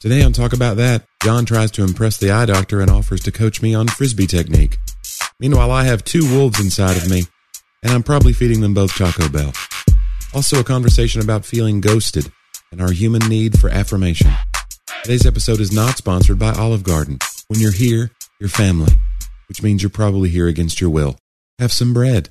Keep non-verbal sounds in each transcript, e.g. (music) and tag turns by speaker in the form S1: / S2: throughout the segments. S1: Today on Talk About That, John tries to impress the eye doctor and offers to coach me on frisbee technique. Meanwhile, I have two wolves inside of me, and I'm probably feeding them both Taco Bell. Also, a conversation about feeling ghosted and our human need for affirmation. Today's episode is not sponsored by Olive Garden. When you're here, you're family, which means you're probably here against your will. Have some bread.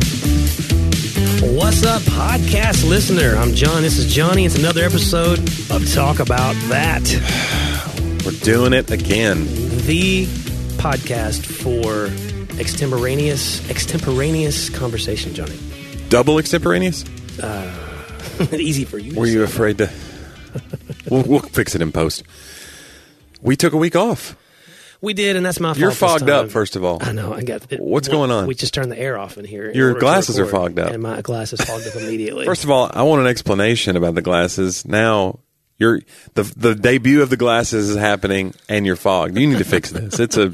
S2: What's up, podcast listener? I'm John. This is Johnny. It's another episode of Talk About That,
S1: We're doing it again.
S2: the podcast for extemporaneous extemporaneous conversation, Johnny. (laughs)
S1: Double extemporaneous?
S2: Easy for you. to
S1: Were
S2: say.
S1: you afraid
S2: (laughs)
S1: to? we'll, we'll fix it in post. We took a week off.
S2: We did, and that's my fault.
S1: You're
S2: this
S1: fogged
S2: time.
S1: up, first of all.
S2: I know. I got. it-
S1: What's
S2: well,
S1: going on?
S2: We just turned the air off in here. in
S1: Your
S2: order to
S1: glasses are
S2: record,
S1: fogged up.
S2: and my glasses fogged up
S1: (laughs)
S2: immediately.
S1: First of all, I want an explanation about the glasses. Now, you're, the the debut of the glasses is happening, and you're fogged. You need to fix this. It's a,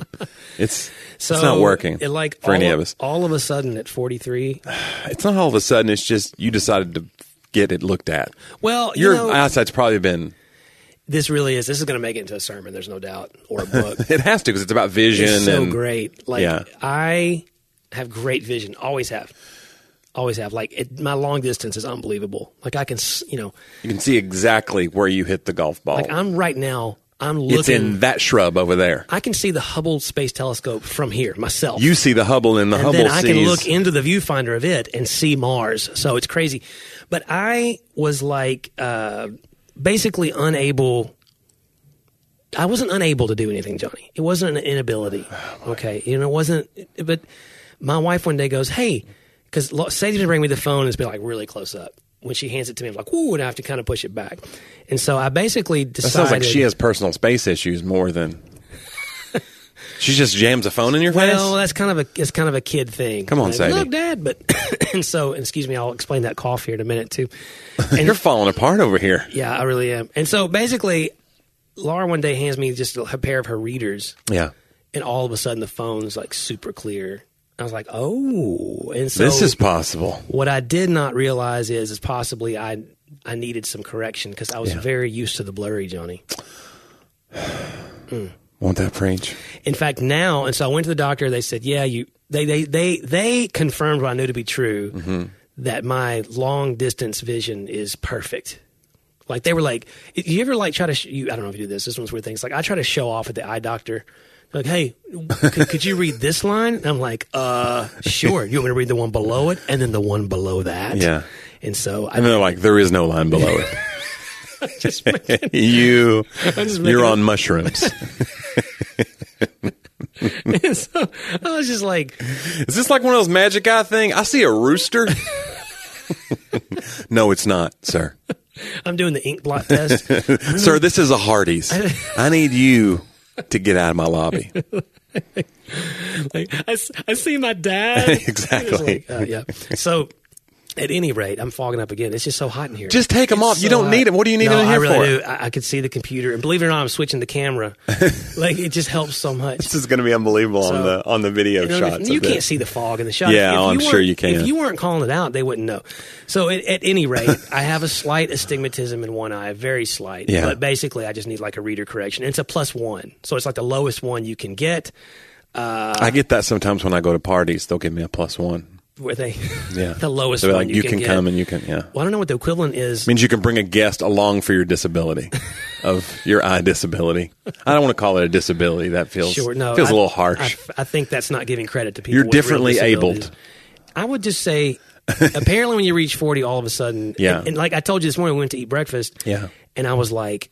S1: it's it's not working.
S2: It like
S1: for
S2: all
S1: any of
S2: of
S1: us.
S2: All of a sudden,
S1: (sighs)
S2: at 43.
S1: It's not all of a sudden. It's just you decided to get it looked at.
S2: Well, you
S1: Your
S2: know,
S1: eyesight's probably been.
S2: this really is. This is going to make it into a sermon. There's no doubt, or
S1: (laughs)
S2: a book.
S1: It has to because it's about vision.
S2: It's so
S1: and
S2: great. Like
S1: Yeah.
S2: I have great vision. Always have. Always have. Like it, my long distance is unbelievable. Like I can, s- you know,
S1: You can see exactly where you hit the golf ball.
S2: like I'm right now. I'm looking.
S1: Oh. it's in that shrub over there.
S2: I can see the Hubble Space Telescope from here myself.
S1: You see the Hubble, and the
S2: and
S1: Hubble
S2: then I
S1: sees.
S2: can look into the viewfinder of it and see Mars. So it's crazy. But I was like uh, basically unable. I wasn't unable to do anything, Johnny. It wasn't
S1: (sighs)
S2: an inability. Okay, you know, it wasn't. But my wife one day goes, "Hey," because Sadie would bring me the phone and it's been like really close up. When she hands it to me, I'm like, "Whoa!" And I have to kind of push it back. And so I basically
S1: That
S2: decided.
S1: sounds like she has personal space issues more than (laughs) she just jams a phone in your face.
S2: Well, that's kind of a it's kind of a kid thing.
S1: Come on,
S2: like,
S1: Sadie.
S2: Look, Dad, but (clears throat) and so and excuse me, I'll explain that cough here in a minute too.
S1: (laughs) You're falling apart over here.
S2: Yeah, I really am. And so basically, Laura one day hands me just a pair of her readers,
S1: Yeah,
S2: and all of a sudden the phone's like super clear. I was like, oh, and so
S1: this is possible.
S2: what I did not realize is is possibly I I needed some correction because I was very used to the blurry Johnny.
S1: Won't that preach?
S2: In fact, now, and so I went to the doctor. They said, "Yeah, you." They they they they confirmed what I knew to be true
S1: Mm-hmm.
S2: that my long distance vision is perfect. Like they were like, you ever like try to? Sh- you, I don't know if you do this. This one's weird things. Like I try to show off at the eye doctor. Like, hey, could, could you read this line? And I'm like, uh, sure. You want me to read the one below it and then the one below that?
S1: Yeah.
S2: And so I
S1: And they're like, there is no line below it. (laughs)
S2: (laughs) just making, (laughs)
S1: you,
S2: just making
S1: you're
S2: up-
S1: on
S2: (laughs)
S1: mushrooms.
S2: so I was just like,
S1: is this like one of those magic eye thing? I see a
S2: (laughs)
S1: rooster. no, it's not, sir.
S2: I'm doing the ink
S1: (laughs)
S2: blot test.
S1: Sir, this is a
S2: (laughs)
S1: Hardee's. I need you to get out of my lobby.
S2: like I, s- I see my dad.
S1: (laughs) Exactly.
S2: It's like, uh, yeah. So at any rate, I'm fogging up again. It's just so hot in here.
S1: Just take 'em
S2: It's
S1: off. You don't
S2: hot.
S1: need 'em. What do you need
S2: no,
S1: them in
S2: I
S1: here
S2: really
S1: for?
S2: Do. I, I could see the computer, and believe it or not, I'm switching
S1: (laughs)
S2: the camera. like it just helps so much.
S1: This is going to be unbelievable on
S2: So,
S1: the on the video
S2: You, know,
S1: shots.
S2: you
S1: of this.
S2: can't see the fog in the shot.
S1: Yeah, I'm sure
S2: weren't-
S1: you can.
S2: If you weren't calling it out, they wouldn't know. So, at, at any
S1: (laughs)
S2: rate, I have a slight astigmatism in one eye, very slight.
S1: Yeah.
S2: But basically, I just need like a reader correction. It's a plus one, so it's like the lowest one you can get.
S1: I get that sometimes when I go to parties. They'll give me a plus one.
S2: Where they,
S1: Yeah,
S2: (laughs) the lowest
S1: They'll be
S2: one
S1: like,
S2: you,
S1: you, can,
S2: get.
S1: come and you can. Yeah,
S2: Well, I don't know what the equivalent is. (laughs)
S1: means you can bring a guest along for your disability.
S3: of your eye disability. I don't want to call it a disability. That feels
S2: Sure, no,
S3: feels
S2: I-
S3: a little harsh.
S2: I, I think that's not giving credit to people.
S3: You're
S2: with real
S3: differently
S2: disabilities.
S3: abled.
S2: I would just say, apparently, when you reach forty, all of a sudden,
S3: Yeah.
S2: And, and like I told you this morning, we went to eat breakfast.
S3: Yeah.
S2: and I was like,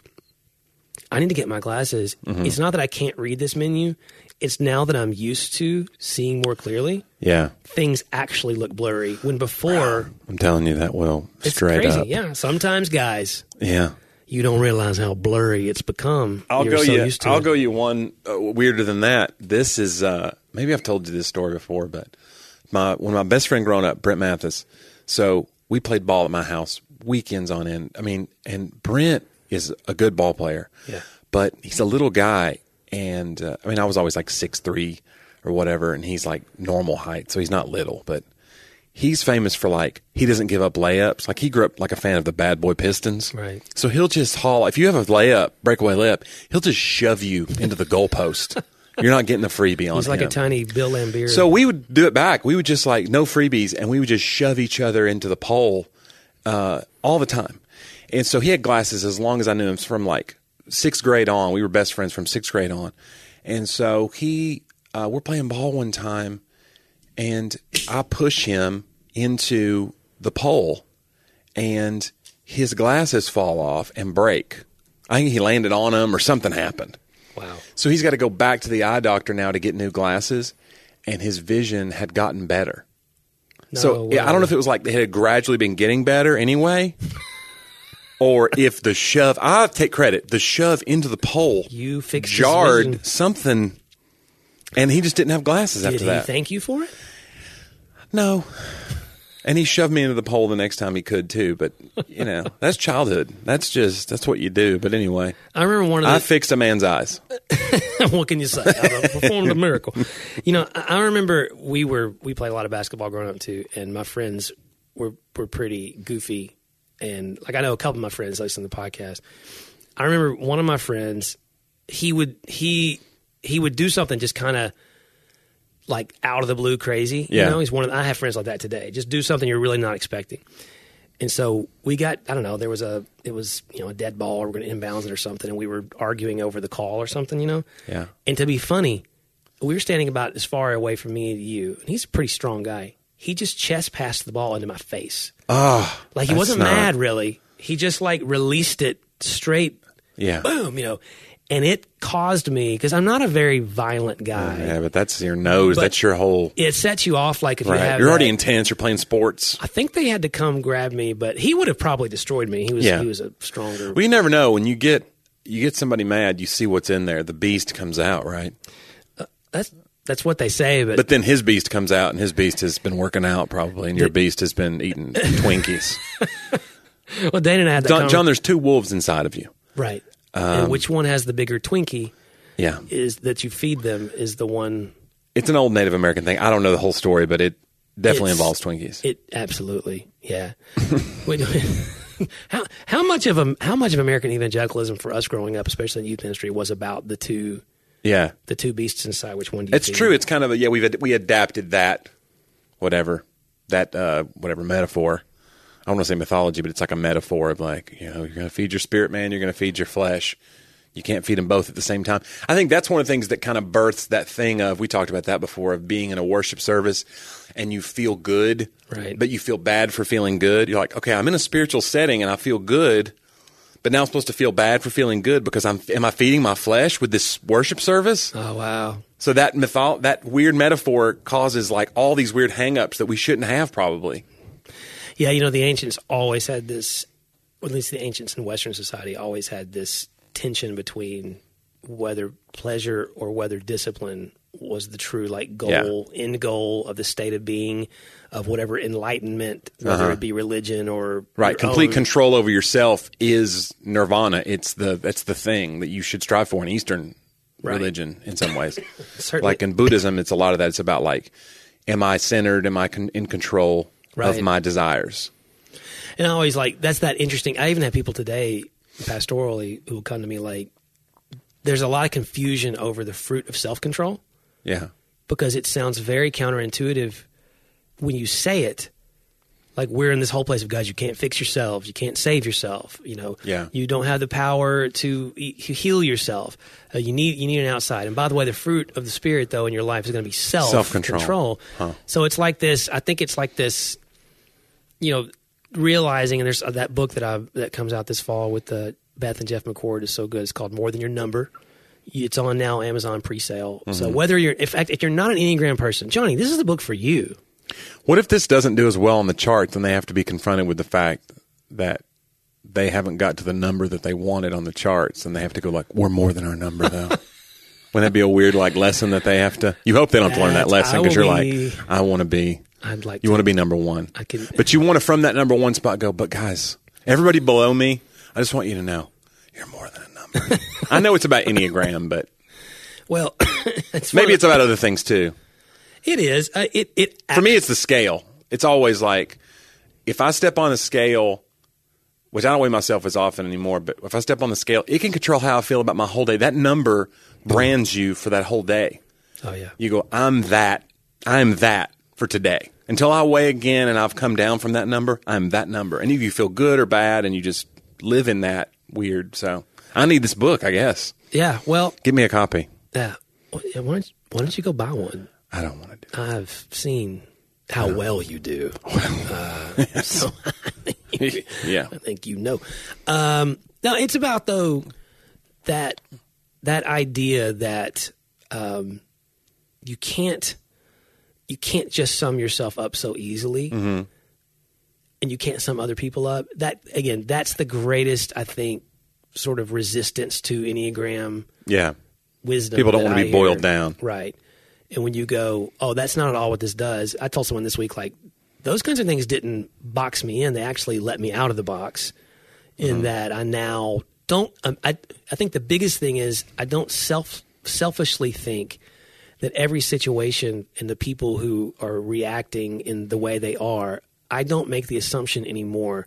S2: I need to get my glasses.
S3: Mm-hmm.
S2: It's not that I can't read this menu; it's now that I'm used to seeing more clearly.
S3: yeah,
S2: Things actually look blurry when before
S3: I'm telling you that will
S2: it's
S3: straight
S2: crazy.
S3: up.
S2: Yeah, sometimes guys,
S3: yeah.
S2: you don't realize how blurry it's become.
S3: I'll
S2: You're
S3: go
S2: so
S3: you.
S2: Used to
S3: I'll
S2: it.
S3: go you one uh, weirder than that. This is uh, maybe I've told you this story before, but my one of my best friend growing up, Brent Mathis. So we played ball at my house weekends on end. I mean, and Brent is a good ball player.
S2: Yeah.
S3: but he's a little guy, and uh, I mean, I was always like six three or whatever, and he's like normal height, so he's not little, but. He's famous for like he doesn't give up layups. Like he grew up like a fan of the Bad Boy Pistons.
S2: Right.
S3: So he'll just haul. If you have a layup, breakaway layup, he'll just shove you into
S2: (laughs)
S3: the goalpost. You're not getting a freebie on
S2: He's like
S3: him.
S2: a tiny Bill Lambier.
S3: So we would do it back. We would just like no freebies, and we would just shove each other into the pole uh, all the time. And so he had glasses as long as I knew him from like sixth grade on. We were best friends from sixth grade on. And so he, uh, we're playing ball one time, and I push him into the pole, and his glasses fall off and break. I think he landed on them or something happened.
S2: wow.
S3: So he's got to go back to the eye doctor now to get new glasses, and his vision had gotten better. so
S2: No
S3: yeah, I don't know
S2: way.
S3: if it was like it had gradually been getting better anyway, or if the shove I take credit the shove into the pole
S2: You fixed his vision.
S3: jarred something, and he just didn't have glasses
S2: Did
S3: after
S2: he
S3: that.
S2: thank you for it?
S3: no. And he shoved me into the pole the next time he could too, but
S2: (laughs)
S3: you know that's childhood. That's just that's what you do. But anyway,
S2: I remember one of
S3: I
S2: the.
S3: fixed a man's eyes.
S2: (laughs) what can you say? I performed a
S3: (laughs)
S2: miracle. You know, I, I remember we were we played a lot of basketball growing up too, and my friends were were pretty goofy, and like I know a couple of my friends listen to the podcast. I remember one of my friends. He would he he would do something just kind of like out of the blue crazy.
S3: Yeah.
S2: You know, he's one of I have friends like that today. Just do something you're really not expecting. And so we got I don't know, there was a it was, you know, a dead ball or we're gonna inbounds it or something and we were arguing over the call or something, you know?
S3: Yeah.
S2: And to be funny, we were standing about as far away from me as you, and he's a pretty strong guy. He just chest passed the ball into my face.
S3: Ah,
S2: Like he
S3: that's
S2: wasn't
S3: not-
S2: mad really. He just like released it straight
S3: Yeah.
S2: boom, you know. And it caused me because I'm not a very violent guy.
S3: Yeah, but that's your nose.
S2: But-
S3: that's your whole.
S2: It sets you off like if you
S3: Right.
S2: have
S3: You're already
S2: that-
S3: intense. You're playing sports.
S2: I think they had to come grab me, but he would have probably destroyed me. He was
S3: Yeah.
S2: he was a stronger.
S3: Well, you never know when you get you get somebody mad. You see what's in there. The beast comes out, right?
S2: that's that's what they say, but,
S3: But then his beast comes out, and his beast has been working out probably, and your beast has been
S2: (laughs)
S3: eating Twinkies.
S2: well, Dana and I had that
S3: John,
S2: conver-
S3: John, Um, there's two wolves inside of you.
S2: right? and which one has the bigger Twinkie?
S3: Yeah,
S2: Is that you feed them is the one?
S3: it's an old Native American thing. I don't know the whole story, but it definitely
S2: It's-
S3: involves Twinkies.
S2: It absolutely, yeah. (laughs) Wait, wait. (laughs) how how much of a how much of American evangelicalism for us growing up, especially in youth ministry, was about the two
S3: yeah,
S2: the two beasts inside? Which one? Do you
S3: it's
S2: feed?
S3: true. It's kind of a, yeah. We've ad- we adapted that, whatever that uh, whatever metaphor. I don't want to say mythology, but it's like a metaphor of like you know you're going to feed your spirit man, you're going to feed your flesh. You can't feed them both at the same time. I think that's one of the things that kind of births that thing of we talked about that before of being in a worship service and you feel good,
S2: Right.
S3: But you feel bad for feeling good. You're like, okay, I'm in a spiritual setting and I feel good, but now I'm supposed to feel bad for feeling good because I'm am I feeding my flesh with this worship service?
S2: Oh wow.
S3: So that mytho- that weird metaphor causes like all these weird hangups that we shouldn't have probably.
S2: Yeah, you know, the ancients always had this, or at least the ancients in Western society always had this tension between whether pleasure or whether discipline was the true like goal, end goal of the state of being, of whatever enlightenment, whether it be religion or
S3: Uh-huh. Right,
S2: your
S3: complete
S2: own.
S3: control over yourself is nirvana. It's the that's the thing that you should strive for in Eastern religion in some ways.
S2: Certainly.
S3: like in Buddhism, it's a lot of that. It's about like, am I centered? Am I con- in control of
S2: Right.
S3: my desires?
S2: And I always like that's that interesting. I even have people today, pastorally, who will come to me like, there's a lot of confusion over the fruit of self control.
S3: Yeah,
S2: because it sounds very counterintuitive when you say it. like we're in this whole place of God. You can't fix yourself. You can't save yourself. You know,
S3: Yeah.
S2: you don't have the power to, e- to heal yourself. Uh, you need you need an outside. And by the way, the fruit of the spirit though in your life is going to be self
S3: Self-control.
S2: control. So it's like this. I think it's like this. You know, realizing and there's uh, that book that I that comes out this fall with uh, Beth and Jeff McCord is so good. It's called More Than Your Number. It's on now Amazon pre-sale. So
S3: Mm-hmm.
S2: whether you're in fact if you're not an Enneagram person, Johnny, this is the book for you.
S3: What if this doesn't do as well on the charts and they have to be confronted with the fact that they haven't got to the number that they wanted on the charts and they have to go like, we're more than our number though.
S2: (laughs)
S3: Wouldn't that be a weird like lesson that they have to? You hope they don't have to learn that
S2: That's-
S3: lesson
S2: I
S3: because you're
S2: will be-
S3: like, I want to be.
S2: I'd like
S3: You
S2: to-
S3: want to be number one.
S2: I can-
S3: But you want to from that number one spot go. But guys, everybody below me, I just want you to know, you're more than a
S2: (laughs)
S3: number. I know it's about enneagram, but
S2: Well, (coughs) it's
S3: maybe
S2: funny.
S3: it's about other things too.
S2: it is uh, it it
S3: For me, it's the scale. It's always like if I step on the scale, which I don't weigh myself as often anymore, but if I step on the scale, it can control how I feel about my whole day. That number brands you for that whole day.
S2: Oh yeah.
S3: You go, I'm that, I'm that for today. Until I weigh again and I've come down from that number, I'm that number. And either you feel good or bad and you just live in that weird. So I need this book, I guess.
S2: Yeah. Well,
S3: Give me a copy.
S2: uh, why don't you, why don't you go buy one?
S3: I don't want to do
S2: I've seen how well you do. Uh, (laughs) so
S3: Yeah.
S2: I think you know. Um, no, it's about though that that idea that um, you can't you can't just sum yourself up so easily, and you can't sum other people up. That again, that's the greatest I think sort of resistance to enneagram
S3: Yeah.
S2: wisdom.
S3: People don't
S2: that
S3: wanna be
S2: I
S3: boiled
S2: hear.
S3: down.
S2: right? And when you go, oh, that's not at all what this does. I told someone this week, like those kinds of things didn't box me in; they actually let me out of the box.
S3: Mm-hmm.
S2: In that I now don't. Um, I I think the biggest thing is I don't self selfishly think that every situation and the people who are reacting in the way they are. I don't make the assumption anymore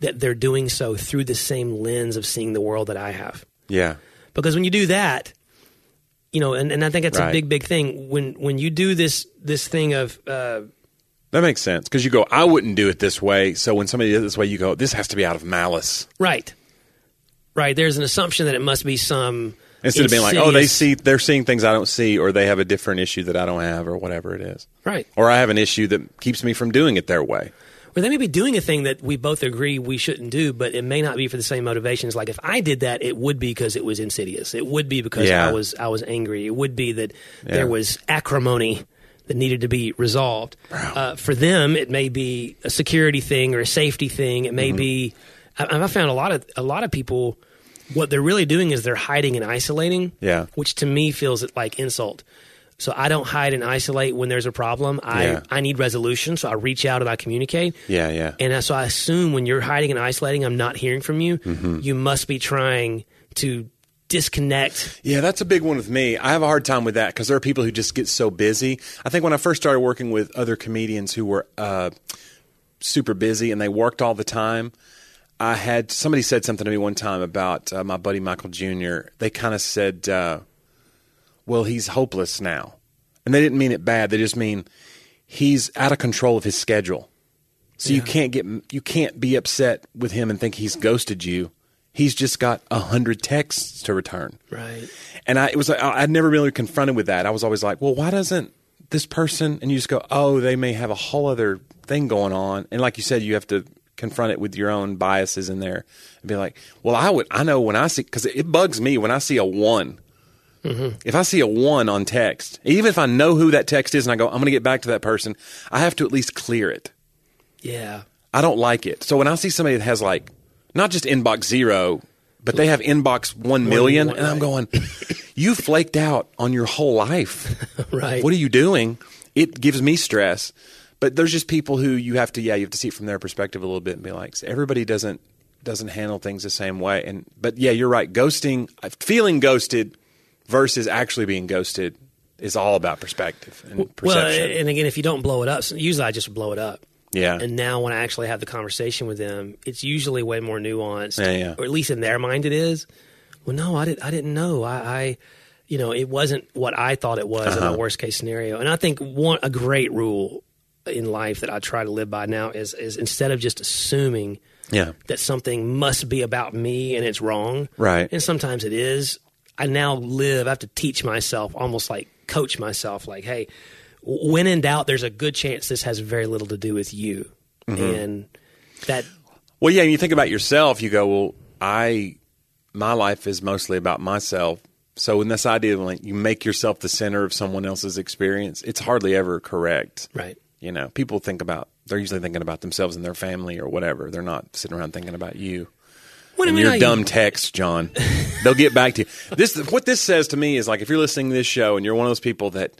S2: that they're doing so through the same lens of seeing the world that I have
S3: Yeah.
S2: because when you do that you know and, and i think that's
S3: Right.
S2: a big big thing when when you do this this thing of uh,
S3: That makes sense because you go, I wouldn't do it this way. So when somebody does it this way, you go, this has to be out of malice.
S2: right right there's an assumption that it must be some
S3: Instead of being like, oh, they
S2: insidious-
S3: see, they're seeing things I don't see, or they have a different issue that I don't have, or whatever it is.
S2: right
S3: Or I have an issue that keeps me from doing it their way.
S2: or they may be doing a thing that we both agree we shouldn't do but it may not be for the same motivations like if i did that it would be because it was insidious it would be because
S3: Yeah.
S2: i was i was angry it would be that
S3: Yeah.
S2: there was acrimony that needed to be resolved uh, for them it may be a security thing or a safety thing it
S3: Mm-hmm.
S2: may be I, I found a lot of a lot of people what they're really doing is they're hiding and isolating
S3: Yeah.
S2: which to me feels like insult so I don't hide and isolate when there's a problem. I,
S3: Yeah.
S2: I need resolution, so I reach out and I communicate.
S3: Yeah, yeah.
S2: And I- so I assume when you're hiding and isolating, I'm not hearing from you. You must be trying to disconnect.
S3: Yeah, that's a big one with me. I have a hard time with that because there are people who just get so busy. I think when I first started working with other comedians who were uh, super busy and they worked all the time, I had somebody said something to me one time about uh, my buddy Michael Jr. They kind of said, uh, "Well, he's hopeless now," and they didn't mean it bad. They just mean he's out of control of his schedule. So you can't get you can't be upset with him and think he's ghosted you. He's just got a hundred texts to return.
S2: Right.
S3: And I it was like, I- I'd never really confronted with that. I was always like, well, why doesn't this person? And you just go, oh, they may have a whole other thing going on. And like you said, you have to confront it with your own biases in there and be like, well, I would, I know when I see, because it bugs me when I see a one. If I see a one on text, even if I know who that text is and I go, I'm going to get back to that person, I have to at least clear it.
S2: Yeah.
S3: I don't like it. So when I see somebody that has like not just inbox zero, but they have inbox one million, and I'm going,
S2: (laughs)
S3: you flaked out on your whole life.
S2: Right.
S3: What are you doing? It gives me stress. But there's just people who you have to, yeah, you have to see it from their perspective a little bit and be like, so everybody doesn't doesn't handle things the same way. And but yeah, you're right. Ghosting, uh, feeling ghosted versus actually being ghosted is all about perspective and perception.
S2: Well, and again, if you don't blow it up, so usually I just blow it up.
S3: Yeah.
S2: And now when I actually have the conversation with them, it's usually way more nuanced.
S3: Yeah, yeah.
S2: Or at least in their mind it is. Well, no, I, did, I didn't know. I, I, you
S3: Uh-huh.
S2: know, it wasn't what I thought it was in the worst case scenario. And I think one a great rule in life that I try to live by now is is instead of just assuming
S3: Yeah.
S2: that something must be about me and it's wrong.
S3: Right.
S2: And sometimes it is. I now live, I have to teach myself, almost like coach myself, like, hey, w- when in doubt, there's a good chance this has very little to do with you.
S3: Mm-hmm.
S2: And that,
S3: Well, yeah, and you think about yourself, you go, well, I, my life is mostly about myself. So in this idea of like you make yourself the center of someone else's experience, it's hardly ever correct.
S2: right.
S3: You know, people think about, they're usually thinking about themselves and their family or whatever. They're not sitting around thinking about you.
S2: What I
S3: and
S2: mean,
S3: your
S2: I-
S3: dumb
S2: (laughs)
S3: text, John. They'll get back to you. This what this says to me is like if you're listening to this show and you're one of those people that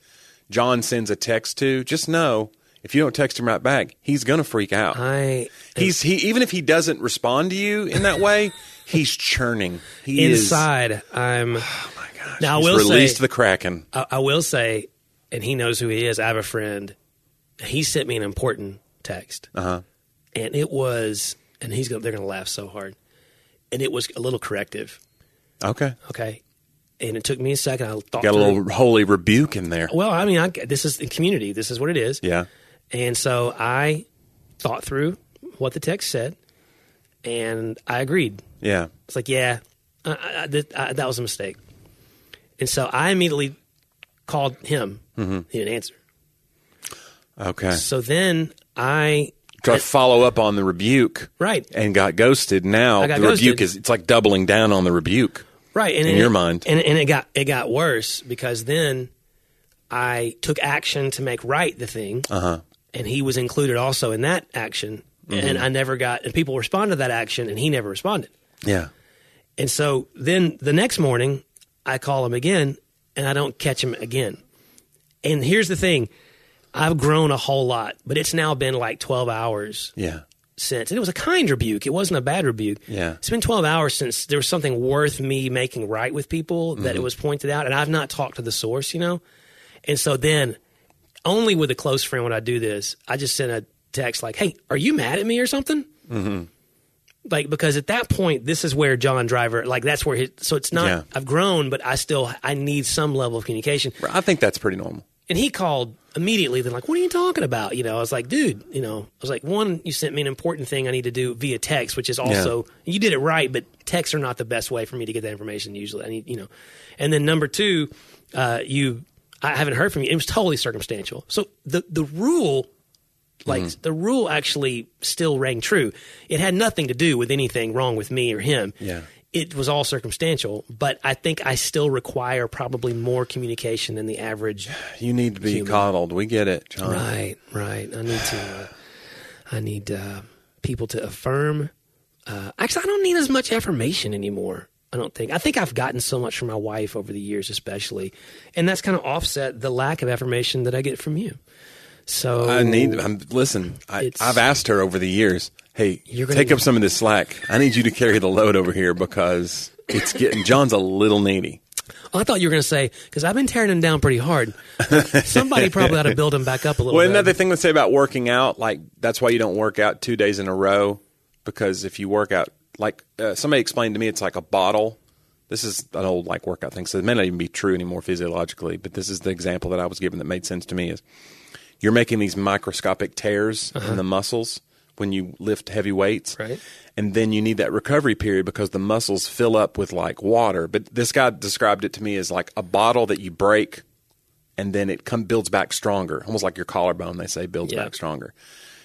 S3: John sends a text to, just know if you don't text him right back, he's gonna freak out.
S2: I,
S3: He's he even if he doesn't respond to you in that
S2: (laughs)
S3: way, he's churning. He
S2: inside,
S3: (sighs)
S2: I'm,
S3: is, my gosh,
S2: Now, I
S3: he's
S2: will
S3: released
S2: say-
S3: the kraken.
S2: I, I will say, and he knows who he is. I have a friend. He sent me an important text,
S3: Uh-huh.
S2: and it was, and he's gonna, they're going to laugh so hard, and it was a little corrective.
S3: Okay,
S2: Okay, and it took me a second. I thought
S3: got a
S2: through-
S3: little holy rebuke in there.
S2: Well, I mean, I, this is the community. This is what it is.
S3: Yeah,
S2: And so I thought through what the text said, and I agreed.
S3: yeah,
S2: It's like, yeah, I, I, I, that, I, that was a mistake. And so I immediately called him.
S3: Mm-hmm.
S2: He didn't answer.
S3: okay.
S2: So then I
S3: Got to follow up on the rebuke,
S2: right
S3: and got ghosted. Now
S2: I
S3: the
S2: got
S3: rebuke
S2: ghosted.
S3: is it's like doubling down on the rebuke.
S2: right and
S3: In
S2: it-
S3: your mind.
S2: and and it got it got worse because then I took action to make right the thing, uh-huh. and he was included also in that action,
S3: Mm-hmm.
S2: and I never got and people responded to that action, and he never responded.
S3: Yeah.
S2: And so then the next morning, I call him again and I don't catch him again. And here's the thing I've grown a whole lot, but it's now been like 12 hours
S3: Yeah.
S2: since. And it was a kind rebuke, it wasn't a bad rebuke.
S3: Yeah.
S2: It's been 12 hours since there was something worth me making right with people
S3: Mm-hmm.
S2: that it was pointed out. And I've not talked to the source, you know? And so then, only with a close friend would I do this. I just sent a text like, hey, are you mad at me or something?
S3: Mm-hmm.
S2: like because at that point this is where john driver like that's where his so it's not
S3: Yeah.
S2: i've grown but i still i need some level of communication
S3: I think that's pretty normal.
S2: and he called immediately then like what are you talking about you know i was like dude you know i was like one you sent me an important thing i need to do via text which is also you did it right but texts are not the best way for me to get that information usually i need you know and then number two uh, you i haven't heard from you it was totally circumstantial so the the rule like the rule actually still rang true it had nothing to do with anything wrong with me or him
S3: Yeah.
S2: it was all circumstantial but i think i still require probably more communication than the average
S3: You need to be coddled. We get it, John.
S2: Right, right. I need to. Uh, I need uh, people to affirm. Uh, actually, I don't need as much affirmation anymore. I don't think. I think I've gotten so much from my wife over the years, especially, and that's kind of offset the lack of affirmation that I get from you. So
S3: I need. I'm, listen, I,
S2: It's-
S3: I've asked her over the years. Hey,
S2: You're gonna
S3: take
S2: need-
S3: up some of this slack. I need you to carry the load over here because it's getting. John's a little needy.
S2: I thought you were going to say because I've been tearing him down pretty
S3: (laughs)
S2: hard. Somebody probably ought to build him back up a little.
S3: Well,
S2: bit.
S3: another thing they say about working out, like that's why you don't work out two days in a row because if you work out, like uh, somebody explained to me, it's like a bottle. This is an old like workout thing, so it may not even be true anymore physiologically. But this is the example that I was given that made sense to me: is you're making these microscopic tears in the muscles when you lift heavy weights,
S2: Right.
S3: and then you need that recovery period because the muscles fill up with like water. But this guy described it to me as like a bottle that you break and then it come builds back stronger, almost like your collarbone. They say builds
S2: Yeah.
S3: back stronger,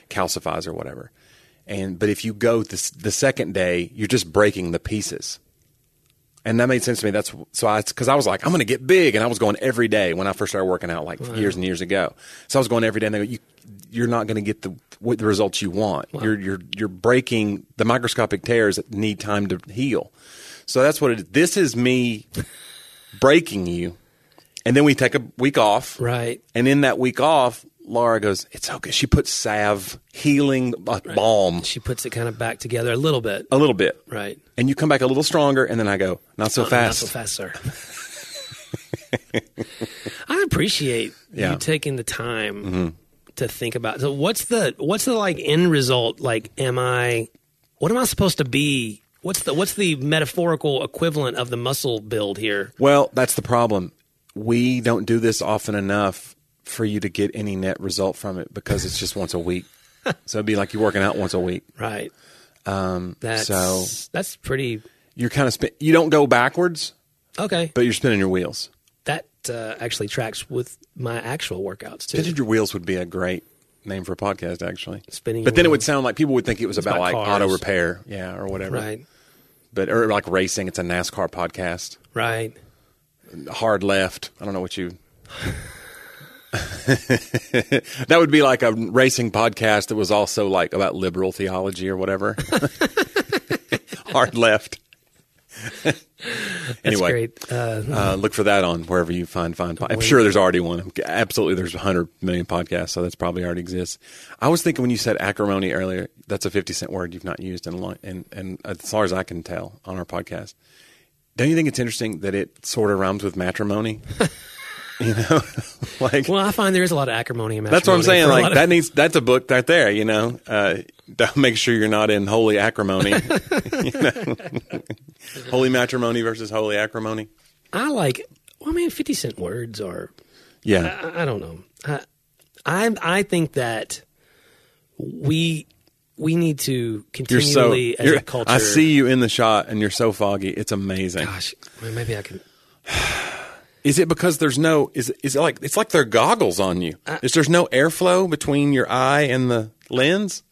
S3: calcifies or whatever. And but if you go this, the second day, you're just breaking the pieces, and that made sense to me. That's so I because I was like, I'm going to get big, and I was going every day when I first started working out, like years and years ago. So I was going every day, and they go, you, you're not going to get the what the results you want. You're you're you're breaking the microscopic tears that need time to heal. So that's what it is. This is me breaking you. And then we take a week off.
S2: Right.
S3: And in that week off, Laura goes, It's okay. She puts salve, healing uh, balm
S2: she puts it kind of back together a little bit.
S3: a little bit.
S2: Right.
S3: And you come back a little stronger. And then I go, Not so
S2: Uh,
S3: fast.
S2: Not so fast, sir. I appreciate
S3: Yeah. Mm-hmm.
S2: you taking the time to think about. So what's the what's the like end result? Like, am I? What am I supposed to be? What's the what's the metaphorical equivalent of the muscle build here?
S3: Well, that's the problem. We don't do this often enough for you to get any net result from it because it's just once
S2: (laughs)
S3: a week. So it'd be like you're working out once a week.
S2: Right.
S3: Um,
S2: That's
S3: so
S2: that's pretty
S3: you're kind of spin- you don't go backwards,
S2: okay.
S3: but you're spinning your wheels.
S2: that uh, actually tracks with my actual workouts too.
S3: Spinning your wheels would be a great name for a podcast, actually.
S2: Spinning
S3: but
S2: your
S3: then it would
S2: wheels.
S3: sound like people would think it was about,
S2: about
S3: like
S2: cars.
S3: auto repair, yeah, or whatever.
S2: Right.
S3: But or like racing. It's a NASCAR podcast.
S2: Right.
S3: Hard left. I don't know what you. (laughs) that would be like a racing podcast that was also like about liberal theology or whatever. Hard left.
S2: That's
S3: anyway,
S2: great. Uh,
S3: Uh, look for that on wherever you find fine. pod- I'm sure there's already one. Absolutely, there's 100 million podcasts, so that's probably already exists. I was thinking when you said acrimony earlier, that's a 50 cent word you've not used in a long, and and as far as I can tell on our podcast, don't you think it's interesting that it sort of rhymes with matrimony? (laughs) you know, (laughs) like
S2: well, I find there is a lot of acrimony in
S3: that's what I'm
S2: matrimony
S3: saying.
S2: for a
S3: Like
S2: lot of-
S3: that needs that's a book right there. You know, uh, don't make sure you're not in holy acrimony. (laughs) you know? (laughs) holy matrimony versus holy acrimony.
S2: I like. Well, I mean, Fifty Cent words are.
S3: Yeah.
S2: I, I don't know. I, I I think that we we need to
S3: You're so.
S2: continually as
S3: you're-
S2: a culture.
S3: I see you in the shot, and you're so foggy. It's amazing.
S2: Gosh, well, maybe I can.
S3: Is it because there's no? Is it- is it like it's like there are goggles on you?
S2: Uh,
S3: is there's no airflow between your eye and the lens?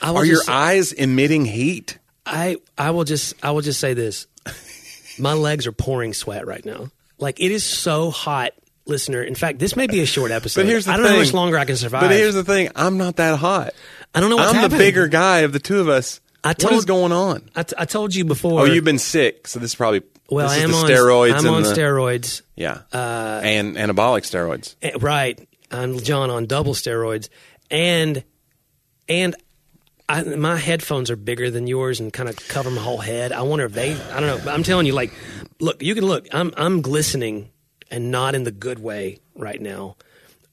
S2: I will
S3: Are your
S2: just-
S3: eyes emitting heat?
S2: I I will just I will just say this. My legs are pouring sweat right now. Like it is so hot, listener. In fact, this may be a short episode.
S3: But here's the
S2: I don't
S3: thing.
S2: know how much longer I can survive.
S3: But here's the thing: I'm not that hot.
S2: I don't know what's
S3: I'm
S2: happening.
S3: the bigger guy of the two of us.
S2: I
S3: what
S2: told-
S3: is going on?
S2: I, t- I told you before.
S3: Oh, you've been sick, so this is probably
S2: well.
S3: this
S2: I
S3: is
S2: am
S3: the
S2: on
S3: steroids.
S2: I'm
S3: and
S2: on uh,
S3: the,
S2: steroids.
S3: Yeah, and anabolic steroids.
S2: Eh, Right. I'm John on double steroids, and and I, my headphones are bigger than yours and kind of cover my whole head. I wonder if they. I don't know. But I'm telling you, like, look, you can look. I'm I'm glistening and not in the good way right now.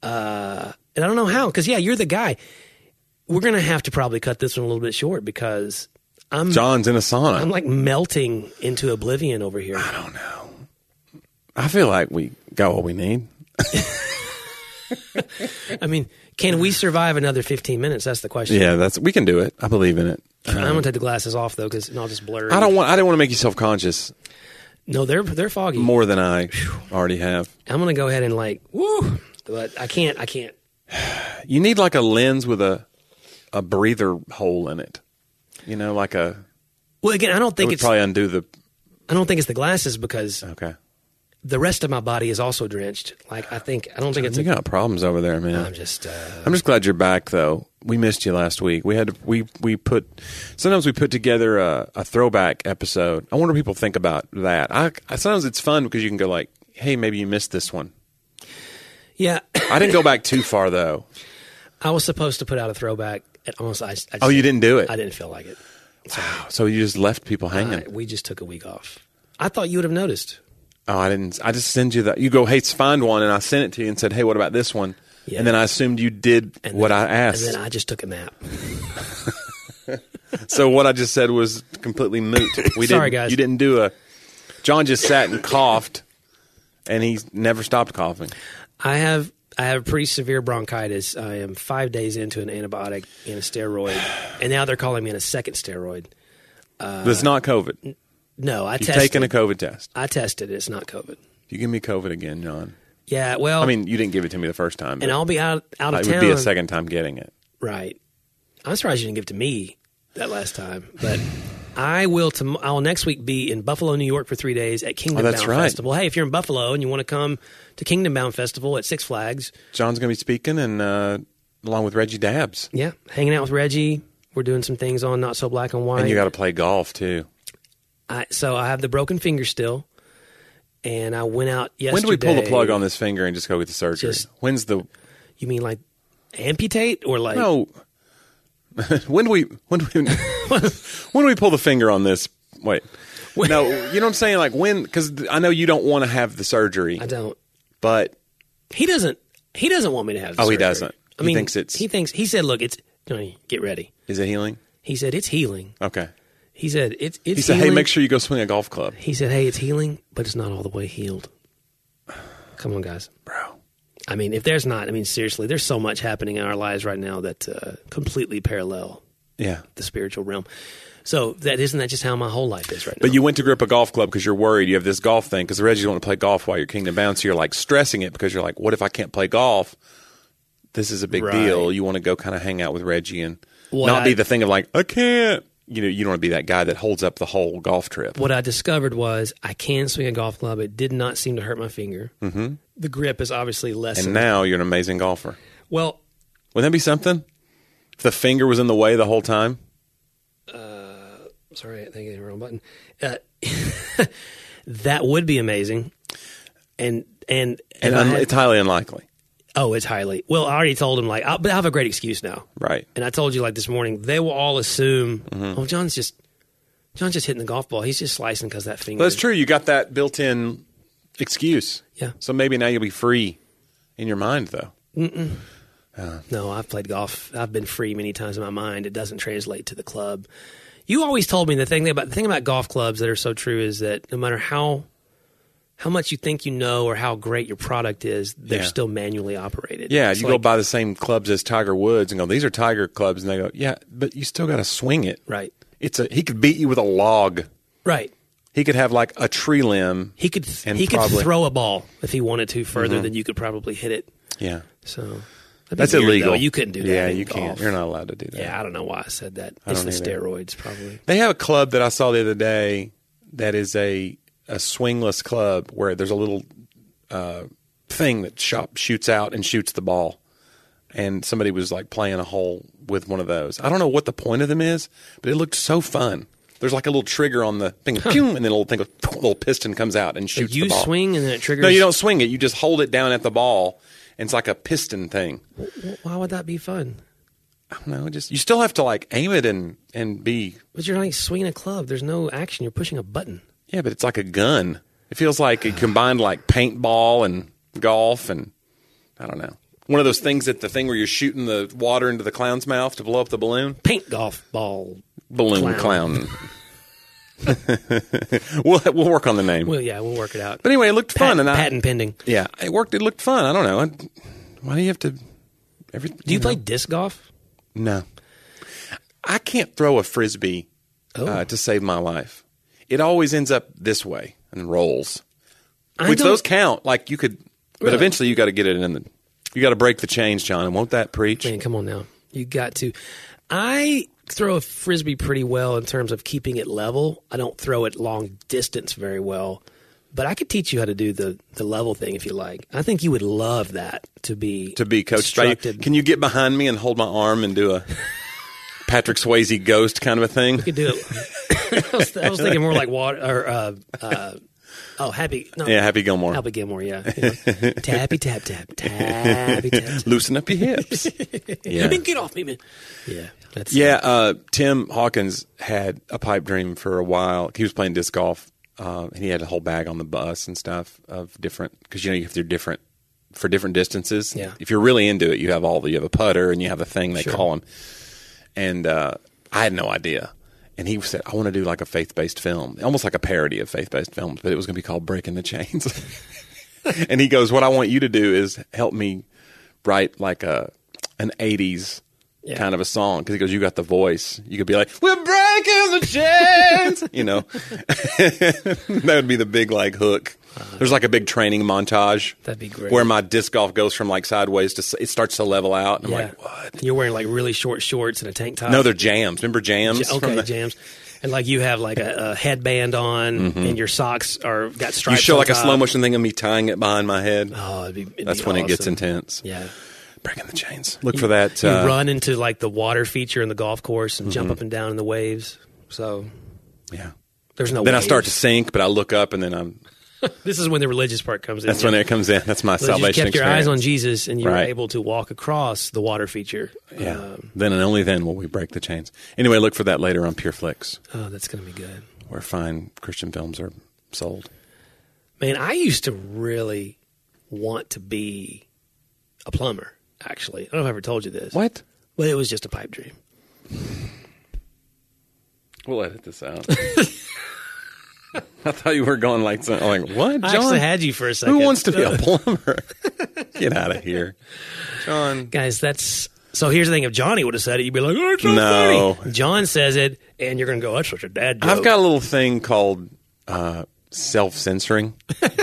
S2: Uh, and I don't know how, because yeah, you're the guy. We're gonna have to probably cut this one a little bit short because I'm
S3: John's in a sauna.
S2: I'm like melting into oblivion over here.
S3: I feel like we got what we need.
S2: I mean, can we survive another 15 minutes? That's the question.
S3: Yeah, that's we can do it. I believe in it.
S2: I'm gonna take the glasses off though, because I'll just blur.
S3: I don't want. I didn't want to make you self conscious
S2: No, they're they're foggy.
S3: more than I already have.
S2: I'm gonna go ahead and like woo, but I can't. I can't.
S3: You need like a lens with a a breather hole in it. You know, like a.
S2: Well, again, I don't
S3: It
S2: think
S3: would
S2: it's
S3: probably undo the.
S2: I don't think it's the glasses because
S3: Okay.
S2: the rest of my body is also drenched. Like I think I don't think it's.
S3: You
S2: A,
S3: got problems over there, man.
S2: I'm just. Uh,
S3: I'm just glad you're back, though. We missed you last week. We had to, we we put sometimes we put together a, a throwback episode. I wonder what people think about that. I, I sometimes it's fun because you can go like, hey, maybe you missed this one.
S2: yeah, (coughs)
S3: I didn't go back too far though.
S2: I was supposed to put out a throwback. At almost, I, I just,
S3: Oh, you didn't do it.
S2: I didn't feel like it.
S3: So you just left people
S2: I,
S3: hanging.
S2: we just took a week off. I thought you would have noticed.
S3: oh, I didn't. I just send you that. You go, hey, s- find one, and I sent it to you and said, hey, what about this one?
S2: Yeah.
S3: And then I assumed you did
S2: And
S3: what
S2: then-
S3: I asked.
S2: and then I just took a nap.
S3: so what I just said was
S2: (laughs)
S3: completely moot. We
S2: Sorry,
S3: didn't,
S2: guys.
S3: You didn't do a. John just sat and coughed, and he never stopped coughing.
S2: I have I have pretty severe bronchitis. I am five days into an antibiotic and a steroid, and now they're calling me in a second steroid.
S3: That's not COVID. You've
S2: No, I Uh, tested.
S3: taken a COVID test.
S2: I tested. It's not COVID.
S3: If you give me COVID again, John.
S2: Yeah. Well,
S3: I mean, you didn't give it to me the first time.
S2: and
S3: but
S2: I'll be out out of
S3: it
S2: town.
S3: would be a second time getting it.
S2: Right. I'm surprised you didn't give it to me that last time, but. I will. Tom- I'll next week be in Buffalo, New York, for three days at Kingdom
S3: Oh, that's
S2: Bound
S3: right.
S2: Festival. Hey, if you're in Buffalo and you want to come to Kingdom Bound Festival at Six Flags,
S3: John's going to be speaking, and uh, along with Reggie Dabbs.
S2: yeah, hanging out with Reggie, we're doing some things on Not So Black and White.
S3: And you got to play golf too.
S2: I, so I have the broken finger still, and I went out yesterday.
S3: When do we pull the plug on this finger and just go get the surgery?
S2: Just-
S3: When's the
S2: You mean like amputate or like?
S3: no? (laughs) when do we when do we (laughs) when do we pull the finger on this? Wait, no, you know what I'm saying? Like when? Because I know you don't want to have the surgery,
S2: I don't.
S3: but
S2: He doesn't. He doesn't want me to have. The
S3: Oh, he
S2: surgery.
S3: doesn't.
S2: I
S3: He
S2: mean,
S3: thinks it's-
S2: He thinks he said, "Look, it's Johnny. Get ready."
S3: is it healing?
S2: He said, "It's healing."
S3: Okay.
S2: He said, "It's it's."
S3: He said, "Hey,
S2: healing."
S3: make sure you go swing a golf club,
S2: He said, "Hey, it's healing, but it's not all the way healed." Come on, guys.
S3: bro."
S2: I mean, if there's not, I mean, seriously, there's so much happening in our lives right now that uh, completely parallel
S3: Yeah.
S2: the spiritual realm. So that isn't that just how my whole life is right now?
S3: But you went to grip a golf club because you're worried you have this golf thing because the Reggies want to play golf while you're kingdom bound. So you're like stressing it because you're like, what if I can't play golf? This is a big
S2: Right.
S3: deal. You want to go kind of hang out with Reggie and
S2: What
S3: not
S2: I-
S3: be the thing of like, I can't. You know, you don't want to be that guy that holds up the whole golf trip.
S2: what I discovered was I can swing a golf club. It did not seem to hurt my finger. Mm-hmm. The grip is obviously less.
S3: And now you're an amazing golfer.
S2: well,
S3: Wouldn't that be something? If the finger was in the way the whole time?
S2: sorry, I think I hit the wrong button. Uh, (laughs) that would be amazing. And and
S3: And
S2: I
S3: un-
S2: had-
S3: it's highly unlikely.
S2: oh, it's highly. Well, I already told him like, I, but I have a great excuse now.
S3: Right.
S2: And I told you like this morning, they will all assume,
S3: Mm-hmm.
S2: oh, John's just John's just hitting the golf ball. He's just slicing because that finger.
S3: Well, that's true. You got that built in excuse.
S2: Yeah.
S3: So maybe now you'll be free in your mind, though.
S2: No, I've played golf. I've been free many times in my mind. It doesn't translate to the club. You always told me the thing about the thing about golf clubs that are so true is that no matter how how much you think you know or how great your product is, they're
S3: Yeah.
S2: still manually operated.
S3: Yeah,
S2: It's
S3: you go
S2: like-
S3: buy the same clubs as Tiger Woods and go, these are Tiger clubs, and they go, yeah, but you still got to swing it.
S2: right,
S3: It's a he could beat you with a log.
S2: right.
S3: He could have like a tree limb.
S2: He could th-
S3: And
S2: he could
S3: probably-
S2: throw a ball if he wanted to further than you could probably hit it.
S3: Yeah,
S2: So that'd be
S3: that's
S2: weird,
S3: illegal.
S2: though. You couldn't do that.
S3: Yeah,
S2: in
S3: you can't.
S2: golf.
S3: You're not allowed to do that.
S2: Yeah, I don't know why I said that. It's the
S3: don't either.
S2: steroids, probably.
S3: They have a club that I saw the other day that is a a swingless club where there's a little uh, thing that shot, shoots out and shoots the ball. And somebody was like playing a hole with one of those. I don't know what the point of them is, but it looked so fun. There's like a little trigger on the thing, pew, and then a little thing, goes, pew, a little piston comes out and shoots
S2: you
S3: the ball.
S2: swing and then it triggers.
S3: No, you don't swing it. You just hold it down at the ball, and it's like a piston thing.
S2: Why would that be fun?
S3: I don't know. Just you still have to like aim it and and be
S2: But you're like swinging a club. There's no action. You're pushing a button.
S3: Yeah, but it's like a gun. It feels like it combined like paintball and golf and I don't know. One of those things that the thing where you're shooting the water into the clown's mouth to blow up the balloon.
S2: Paint golf ball.
S3: Balloon clown. (laughs) we'll we'll work on the name.
S2: Well, yeah, we'll work it out.
S3: but anyway, it looked
S2: Pat-
S3: fun and I
S2: patent pending.
S3: Yeah, it worked. It looked fun. I don't know. I, why do you have to? Every,
S2: Do you
S3: know?
S2: play disc golf?
S3: No. I can't throw a frisbee
S2: Oh.
S3: uh, to save my life. It always ends up this way and rolls.
S2: I
S3: Which
S2: don't-
S3: those count. Like you could, but
S2: Really?
S3: eventually you got to get it in the. You got to break the chains, John. And won't that
S2: (laughs)
S3: preach?
S2: Man, come on now. You got to. I throw a frisbee pretty well in terms of keeping it level. I don't throw it long distance very well, but I could teach you how to do the, the level thing if you like. I think you would love that to be
S3: To be coached by you.
S2: instructed.
S3: Can you get behind me and hold my arm and do
S2: (laughs)
S3: a Patrick Swayze ghost kind of a thing?
S2: could do it. (laughs) I, was, I was thinking more like water or uh, uh, oh happy no,
S3: Yeah, Happy Gilmore.
S2: Albert Gilmore, yeah. You
S3: (laughs)
S2: know, tappy tap tap tappy tap. tap.
S3: Loosen up your hips.
S2: You didn't get off me, man. Yeah, that's
S3: Yeah, uh, Tim Hawkins had a pipe dream for a while. He was playing disc golf, uh, and he had a whole bag on the bus and stuff of different because you know you have to do different for different distances.
S2: Yeah.
S3: If you're really into it, you have all the you have a putter and you have a thing they call them. And uh, I had no idea. And he said, "I want to do like a faith based film, almost like a parody of faith based films, but it was going to be called Breaking the Chains." (laughs) and he goes, "What I want you to do is help me write like a an '80s
S2: Yeah.
S3: kind of a song because he goes, you got the voice. You could be like, we're breaking the chains, (laughs) you know. that would be the big like hook. There's like a big training montage.
S2: That'd be great.
S3: Where my disc golf goes from like sideways to s- it starts to level out. And
S2: yeah.
S3: I'm like, what?
S2: You're wearing like really short shorts and a tank top.
S3: No, they're jams. Remember jams?
S2: Ja-
S3: from
S2: okay
S3: the-
S2: jams, and like you have like a, a headband on, and your socks are got
S3: Mm-hmm. You
S2: stripes.
S3: show
S2: on
S3: like a
S2: top.
S3: slow motion thing of me tying it behind my head.
S2: Oh, it'd be, it'd
S3: That's
S2: be
S3: when it gets
S2: awesome.
S3: intense.
S2: Yeah.
S3: Breaking the chains. Look for that.
S2: You
S3: uh, Mm-hmm.
S2: run into like the water feature in the golf course and jump up and down in the waves. So
S3: Yeah.
S2: there's no.
S3: Then I
S2: waves.
S3: start to sink, but I look up and then I'm.
S2: This is when the religious part comes in.
S3: That's when it comes in. That's my
S2: So
S3: salvation
S2: you just kept your
S3: experience.
S2: eyes on Jesus, and you were
S3: Right.
S2: able to walk across the water feature.
S3: Yeah.
S2: Um,
S3: then and only then will we break the chains. Anyway, look for that later on PureFlix,
S2: oh, that's gonna be good.
S3: where fine Christian films are sold.
S2: Man, I used to really want to be a plumber. Actually, I don't know if I ever told you this.
S3: What?
S2: But it was just a pipe dream.
S3: We'll edit this out. I thought you were going like something like what? John?
S2: I actually had you for a second.
S3: Who wants to
S2: (laughs)
S3: be a plumber? (laughs) Get out of here, John.
S2: guys? That's so. Here's the thing: if Johnny would have said it, you'd be like, "Oh, it's so
S3: No.
S2: funny." John says it, and you're gonna go, "That's such a dad joke."
S3: I've got a little thing called uh, self (laughs) censoring.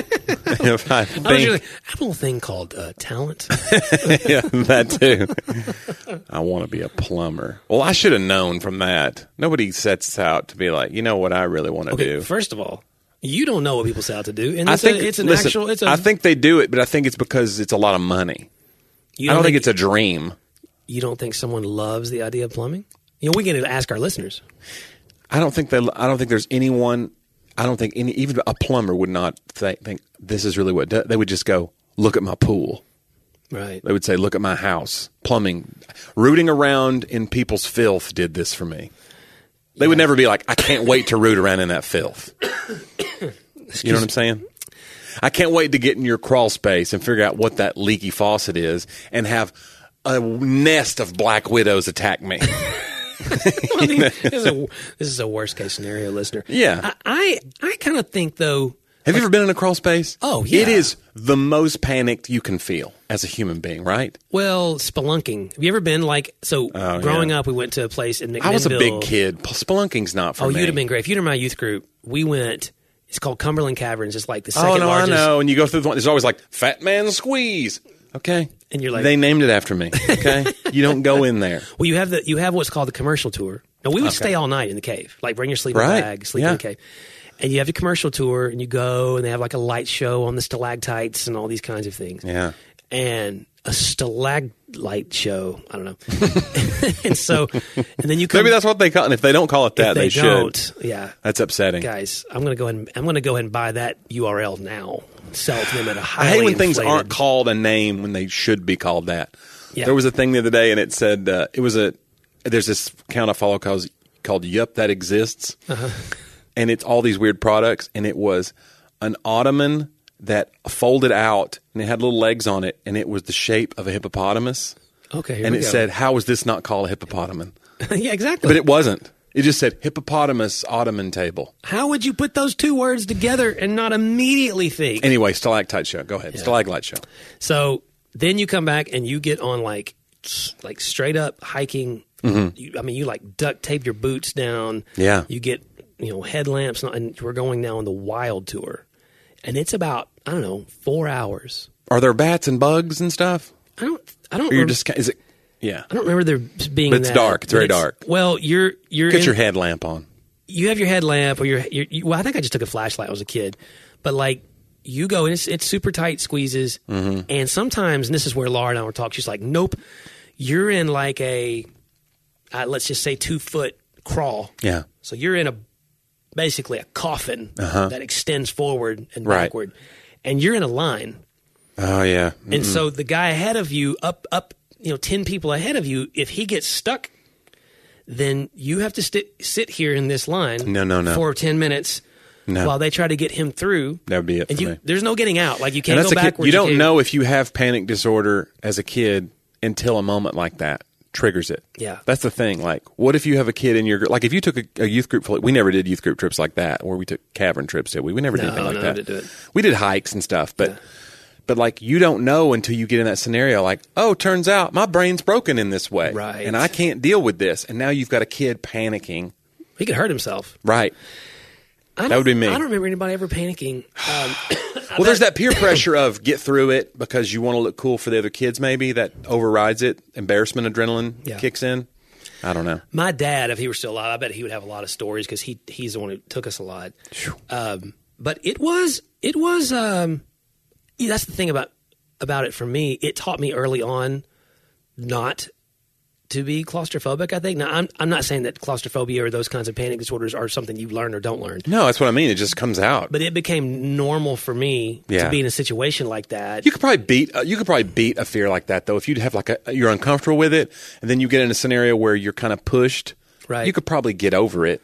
S3: if I think
S2: I was really- I have a little thing called uh, talent.
S3: yeah, (laughs) that too. I want to be a plumber. Well, I should have known from that. Nobody sets out to be like, you know what I really want to
S2: Okay,
S3: do.
S2: first of all, you don't know what people say out to do, and
S3: I
S2: it's,
S3: think
S2: a, it's an
S3: listen,
S2: actual. It's a,
S3: I think they do it, but I think it's because it's a lot of money.
S2: you
S3: I don't think, it's a dream.
S2: You don't think someone loves the idea of plumbing? You know, we can ask our listeners.
S3: I don't think they. I don't think there's anyone. I don't think any, even a plumber would not th- think this is really what do-" they would just go look at my pool.
S2: Right. (laughs)
S3: They would say, look at my house. Plumbing, rooting around in people's filth did this for me. They would never be like, I can't wait to root around in
S2: (coughs)
S3: that filth. you know what I'm saying? I can't wait to get in your crawl space and figure out what that leaky faucet is and have a nest of black widows
S2: (laughs)
S3: attack me.
S2: I
S3: (laughs)
S2: mean, this, is a, this is a worst case scenario, listener.
S3: Yeah.
S2: I, I, I kind of think, though,
S3: Have you ever been in a crawl space?
S2: Oh, yeah.
S3: It is the most panicked you can feel as a human being, right?
S2: well, spelunking. Have you ever been like, so growing up, we went to a place in McMinnville.
S3: Oh, I was a big kid. Spelunking's not for
S2: Oh,
S3: me.
S2: you'd have been great. If you'd been in my youth group, we went, it's called Cumberland Caverns. It's like the second
S3: Oh no,
S2: largest.
S3: I know. And you go through the one. There's always like Fat Man Squeeze. Okay,
S2: And you're like-
S3: they named it after me.
S2: (laughs)
S3: Okay, you don't go in there.
S2: Well, you have the you have what's called the commercial tour. Now we would stay all night in the cave, like bring your sleeping
S3: Right.
S2: bag, sleep in
S3: Yeah.
S2: the cave. And you have your commercial tour, and you go, and they have like a light show on the stalactites and all these kinds of things.
S3: Yeah.
S2: And a stalagmite show. I don't know. (laughs) and so, and then you come,
S3: Maybe that's what they call. And if they don't call it that,
S2: if they,
S3: should.
S2: don't. Yeah,
S3: That's upsetting.
S2: guys, I'm gonna go ahead. And, I'm gonna go ahead and buy that URL now. Sell it to them at a
S3: I
S2: highly
S3: hate when things
S2: inflated-
S3: aren't called a name when they should be called that.
S2: Yeah.
S3: There was a thing the other day, and it said uh, it was a. There's this account I follow called called Yup That Exists,
S2: Uh-huh.
S3: and it's all these weird products, and it was an ottoman that folded out and it had little legs on it, and it was the shape of a hippopotamus.
S2: Okay, here
S3: and
S2: we
S3: it
S2: go.
S3: said, "How was this not called a hippopotamus?"
S2: (laughs) yeah, exactly.
S3: But it wasn't. It just said hippopotamus ottoman table.
S2: How would you put those two words together and not immediately think?
S3: Anyway, stalactite show. Go ahead, stalagmite show.
S2: So then you come back and you get on like s- like straight up hiking. You, I mean, you like duct tape your boots down.
S3: Mm-hmm. Yeah.
S2: You get you know headlamps, and- and we're going now on the wild tour, and it's about I don't know four hours.
S3: Are there bats and bugs and stuff?
S2: I don't I don't
S3: Or you're
S2: rem-
S3: just is it? Yeah.
S2: Um, I don't remember there being.
S3: But it's
S2: that,
S3: dark. It's
S2: but
S3: very dark.
S2: Well, you're you're
S3: Get
S2: in-
S3: your headlamp on.
S2: you have your headlamp or your, your you, well, I think I just took a flashlight when I was a kid, but like you go and it's it's super tight squeezes,
S3: Mm-hmm.
S2: and sometimes and this is where Laura and I were talking. She's like, nope, you're in like a uh, let's just say two foot crawl.
S3: Yeah.
S2: So you're in a basically a coffin that extends forward and
S3: Uh-huh. Right.
S2: backward, and you're in a line.
S3: Oh yeah.
S2: And so the guy ahead of you, up up, you know, ten people ahead of you, if he gets stuck, then you have to sti sit here in this line.
S3: No, no, no.
S2: For ten minutes,
S3: No.
S2: while they try to get him through.
S3: That would be it
S2: And
S3: for
S2: you,
S3: me.
S2: there's no getting out. Like you
S3: And
S2: can't go
S3: a kid,
S2: backwards.
S3: you don't
S2: can't-
S3: know if you have panic disorder as a kid until a moment like that triggers it.
S2: Yeah.
S3: That's the thing. Like, what if you have a kid in your group? Like, if you took a, a youth group, full- we never did youth group trips like that, where we took cavern trips. Did we? We never did
S2: No,
S3: anything like
S2: no,
S3: that.
S2: we didn't do it.
S3: We did hikes and stuff, but. But like you don't know until you get in that scenario, like, oh, turns out my brain's broken in this way.
S2: Right.
S3: And I can't deal with this. And now you've got a kid panicking.
S2: He could hurt himself.
S3: Right.
S2: I
S3: That would
S2: don't-
S3: be me.
S2: I don't remember anybody ever panicking.
S3: (sighs)
S2: Um,
S3: Well, there's that peer pressure of get through it because you want to look cool for the other kids. Maybe that overrides it. Embarrassment adrenaline
S2: Yeah.
S3: kicks in. I don't know.
S2: my dad, if he were still alive, I bet he would have a lot of stories because he he's the one who took us a lot. Um, but it was it was um, yeah, that's the thing about about it for me. It taught me early on not to be claustrophobic. I think now I'm I'm not saying that claustrophobia or those kinds of panic disorders are something you learn or don't learn,
S3: No, that's what I mean. It just comes out.
S2: but it became normal for me to
S3: Yeah.
S2: be in a situation like that.
S3: you could probably beat uh, you could probably beat a fear like that though. If you'd have like a you're uncomfortable with it, and then you get in a scenario where you're kind of pushed.
S2: Right.
S3: You could probably get over it.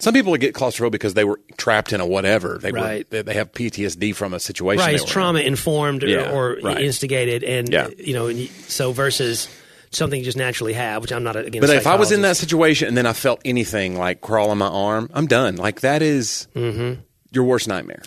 S3: Some people get claustrophobic because they were trapped in a whatever. They
S2: Right.
S3: were, they, they have PTSD from a situation.
S2: right
S3: they
S2: it's
S3: were in.
S2: trauma informed or-
S3: Yeah,
S2: or,
S3: right.
S2: instigated and
S3: Yeah.
S2: you know and you- so versus something you just naturally have which i'm not against
S3: But if I
S2: Mm-hmm.
S3: was in that situation and then I felt anything like crawl on my arm, I'm done. Like that is- Your worst nightmare.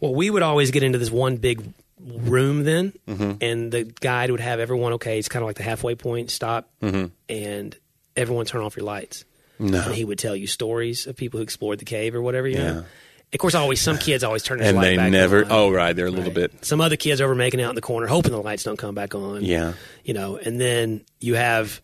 S2: Well, we would always get into this one big room then,
S3: Mm-hmm.
S2: and the guide would have everyone. Okay, it's kind of like the halfway point. Stop,
S3: Mm-hmm.
S2: and everyone turn off your lights. No, and he would tell you stories of people who explored the cave or whatever. You know, of course, always some kids always turn their
S3: And
S2: light
S3: they
S2: back
S3: never.
S2: on.
S3: Oh, right, they're a little
S2: Right.
S3: bit.
S2: Some other kids over making out in the corner, hoping the lights don't come back on.
S3: Yeah.
S2: you know, and then you have,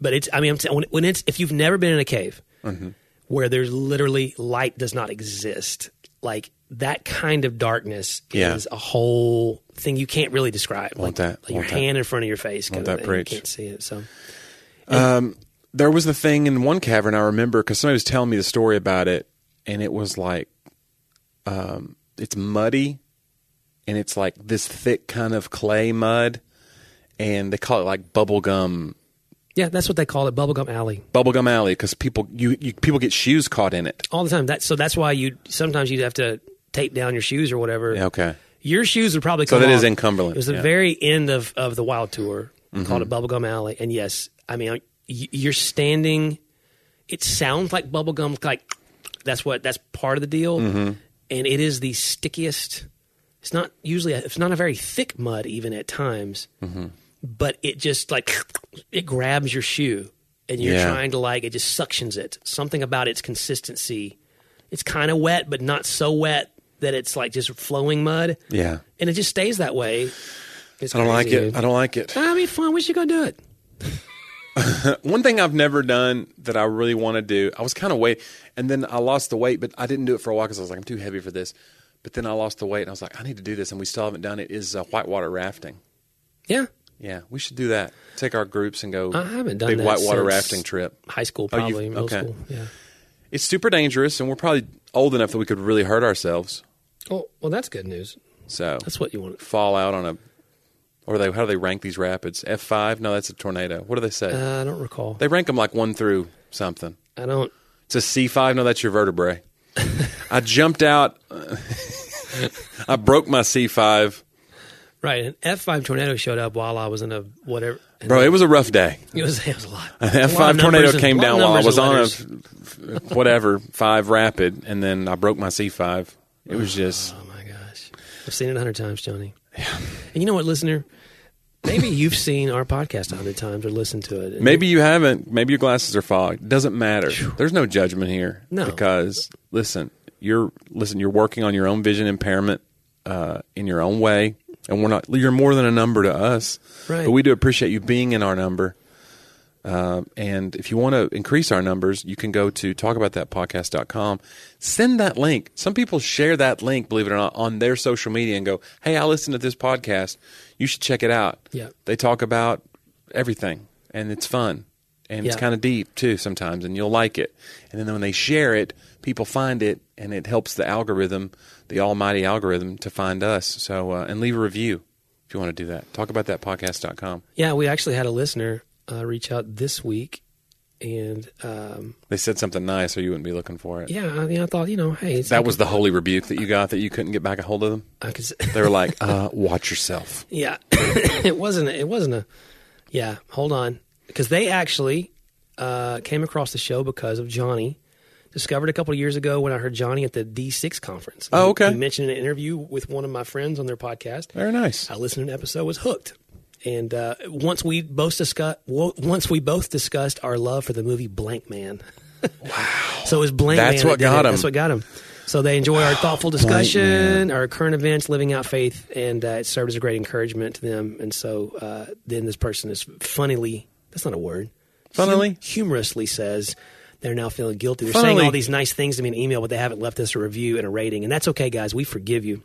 S2: but it's. I mean, I'm t- when, when it's if you've never been in a cave
S3: Mm-hmm.
S2: where there's literally light does not exist, like that kind of darkness
S3: Yeah.
S2: is a whole thing you can't really describe. like,
S3: Want that,
S2: like your
S3: want that.
S2: hand in front of your face.
S3: Want
S2: kind of thing.
S3: that preach.
S2: You can't see it. So
S3: There was the thing in one cavern I remember because somebody was telling me the story about it, and it was like, um, it's muddy, and it's like this thick kind of clay mud, and they call it like bubblegum
S2: yeah, that's what they call it, bubblegum alley.
S3: bubblegum alley because people you, you people get shoes caught in it.
S2: all the time. That so that's why you sometimes you'd have to tape down your shoes or whatever.
S3: Yeah, okay.
S2: Your shoes would probably
S3: So
S2: come
S3: that
S2: off.
S3: is in Cumberland,
S2: It was
S3: yeah. Mm-hmm.
S2: the very end of of the Wild Tour called it Bubblegum Alley, and yes, I mean y- you're standing. It sounds like bubblegum, like that's what that's part of the deal,
S3: Mm-hmm.
S2: and it is the stickiest. It's not usually a, it's not a very thick mud even at times,
S3: Mm-hmm.
S2: but it just like it grabs your shoe and you're
S3: Yeah.
S2: trying to like it just suctions it. Something about its consistency. It's kind of wet, but not so wet that it's like just flowing mud.
S3: Yeah,
S2: And it just stays that way. It's
S3: I don't like
S2: crazy,
S3: it.
S2: dude.
S3: I don't like it.
S2: I mean, fun. We should go do it.
S3: One thing I've never done that I really want to do, I was kind of weight, and then I lost the weight, but I didn't do it for a while because I was like, I'm too heavy for this. But then I lost the weight, and I was like, I need to do this, and we still haven't done it. Is uh, whitewater rafting?
S2: Yeah,
S3: Yeah, we should do that. Take our groups and go.
S2: I haven't done
S3: big
S2: that
S3: whitewater
S2: since
S3: rafting trip.
S2: High school,
S3: Oh, you've-
S2: probably middle
S3: okay.
S2: school. Yeah.
S3: It's super dangerous, and we're probably old enough that we could really hurt ourselves.
S2: Oh, well, that's good news.
S3: So
S2: That's what you want.
S3: fall out on a. Or they how do they rank these rapids? F five? No, that's a tornado. What do they say?
S2: Uh, I don't recall.
S3: they rank them like one through something.
S2: I don't.
S3: It's a C5. No, that's your vertebrae. I jumped out. I broke my C5.
S2: Right, an F five tornado showed up while I was in a whatever. and
S3: Bro, it was a rough day.
S2: (laughs) It was it was a lot.
S3: An
S2: A lot of
S3: F5 tornado
S2: numbers and-
S3: came
S2: lot of
S3: down while I
S2: numbers
S3: was
S2: and
S3: on a
S2: letters.
S3: f- whatever, five rapid, and then I broke my C5. It was just,
S2: Oh my gosh, I've seen it a hundred times, Johnny. Yeah. And you know what, listener? Maybe you've seen our podcast a hundred times or listened to it. And
S3: maybe you haven't, maybe your glasses are fogged. Doesn't matter. There's no judgment here.
S2: No.
S3: Because, listen, you're, listen, you're working on your own vision impairment uh, in your own way, and we're not, you're more than a number to us.
S2: Right.
S3: But we do appreciate you being in our number. Um, And if you want to increase our numbers, you can go to talkaboutthatpodcast.com. Send that link. Some people share that link, believe it or not, on their social media and go, hey, I listened to this podcast. You should check it out.
S2: Yeah.
S3: They talk about everything, and it's fun. And it's
S2: Yeah.
S3: kind of deep, too, sometimes, and you'll like it. And then when they share it, people find it, and it helps the algorithm, the almighty algorithm, to find us. So, uh, and leave a review if you want to do that. Talkaboutthatpodcast.com.
S2: yeah, we actually had a listener uh, reach out this week, and um,
S3: They said something nice, or you wouldn't be looking for it.
S2: yeah, I mean, I thought you know, hey, it's
S3: That was the holy rebuke that you got that you couldn't get back a hold of them.
S2: I
S3: (laughs)
S2: could, s-
S3: They were like, uh, "Watch yourself."
S2: (laughs) yeah, (laughs) it wasn't it wasn't a yeah. Hold on, because they actually uh, came across the show because of Johnny. Discovered a couple of years ago when I heard Johnny at the D6 conference.
S3: Oh, okay.
S2: He mentioned an interview with one of my friends on their podcast.
S3: Very nice.
S2: I listened to an episode, was hooked. And uh, once we both discuss, wo- once we both discussed our love for the movie Blank Man. wow! (laughs) So it was Blank
S3: That's
S2: Man that
S3: what
S2: did
S3: got
S2: it.
S3: 'em.
S2: That's what got him. So they enjoy
S3: (gasps)
S2: our thoughtful discussion, our current events, living out faith, and uh, it served as a great encouragement to them. And so uh, then this person is funnily—that's not a word.
S3: Funnily?
S2: humorously says they're now feeling guilty. They're
S3: Funnily.
S2: saying all these nice things to me in email, but they haven't left us a review and a rating, and that's okay, guys. We forgive you.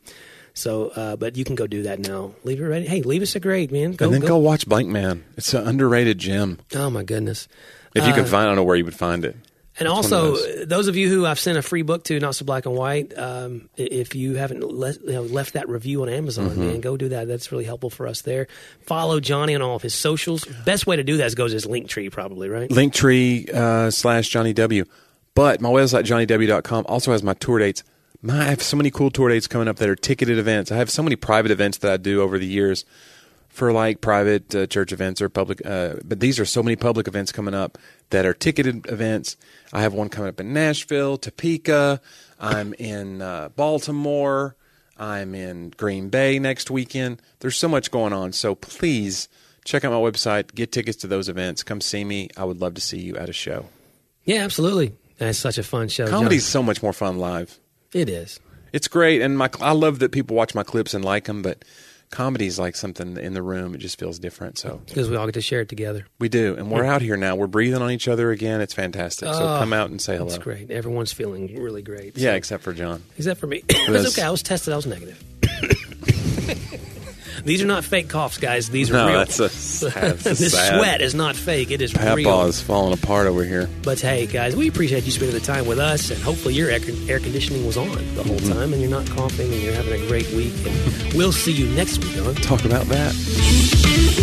S2: So, uh, but you can go do that now. Leave a rating. Hey, leave us a grade, man. Go,
S3: and then go.
S2: go.
S3: watch Blank Man. It's an underrated gem.
S2: Oh my goodness.
S3: If you
S2: Uh,
S3: can find, I don't know where you would find it.
S2: And also, uh, those of you who I've sent a free book to, Not So Black and White, um, i- if you haven't le- you know, left that review on Amazon, man, go do that. That's really helpful for us there. Follow Johnny on all of his socials. Best way to do that is go to his link tree, probably, right?
S3: Linktree uh, slash Johnny W. But my website johnnyw.com also has my tour dates. My, I have so many cool tour dates coming up that are ticketed events. I have so many private events that I do over the years for like private uh, church events or public, uh, but these are so many public events coming up that are ticketed events. I have one coming up in Nashville, Topeka. I'm in uh, Baltimore. I'm in Green Bay next weekend. There's so much going on. So please check out my website, get tickets to those events. Come see me. I would love to see you at a show.
S2: Yeah, absolutely. That's such a fun show.
S3: Comedy's so much more fun live.
S2: John. It is.
S3: It's great, and my I love that people watch my clips and like them. But comedy's like something in the room; it just feels different. So
S2: Because we all get to share it together.
S3: we do, and we're out here now. We're breathing on each other again. It's fantastic. So
S2: Oh,
S3: come out and say hello.
S2: It's great. Everyone's feeling really great.
S3: Yeah, except for John.
S2: Except for me. (coughs) it was
S3: Yes.
S2: okay. I was tested. I was negative.
S3: (coughs)
S2: These are not fake coughs, guys. These are
S3: No,
S2: real. (laughs)
S3: that's a sad,
S2: this
S3: sad-
S2: sweat is not fake. It is real.
S3: Papaw is falling apart over here.
S2: But hey, guys, we appreciate you spending the time with us, and hopefully your air, air conditioning was on the whole
S3: Mm-hmm.
S2: time, and you're not coughing, and you're having a great week. And we'll see you next week on
S3: Talk about that.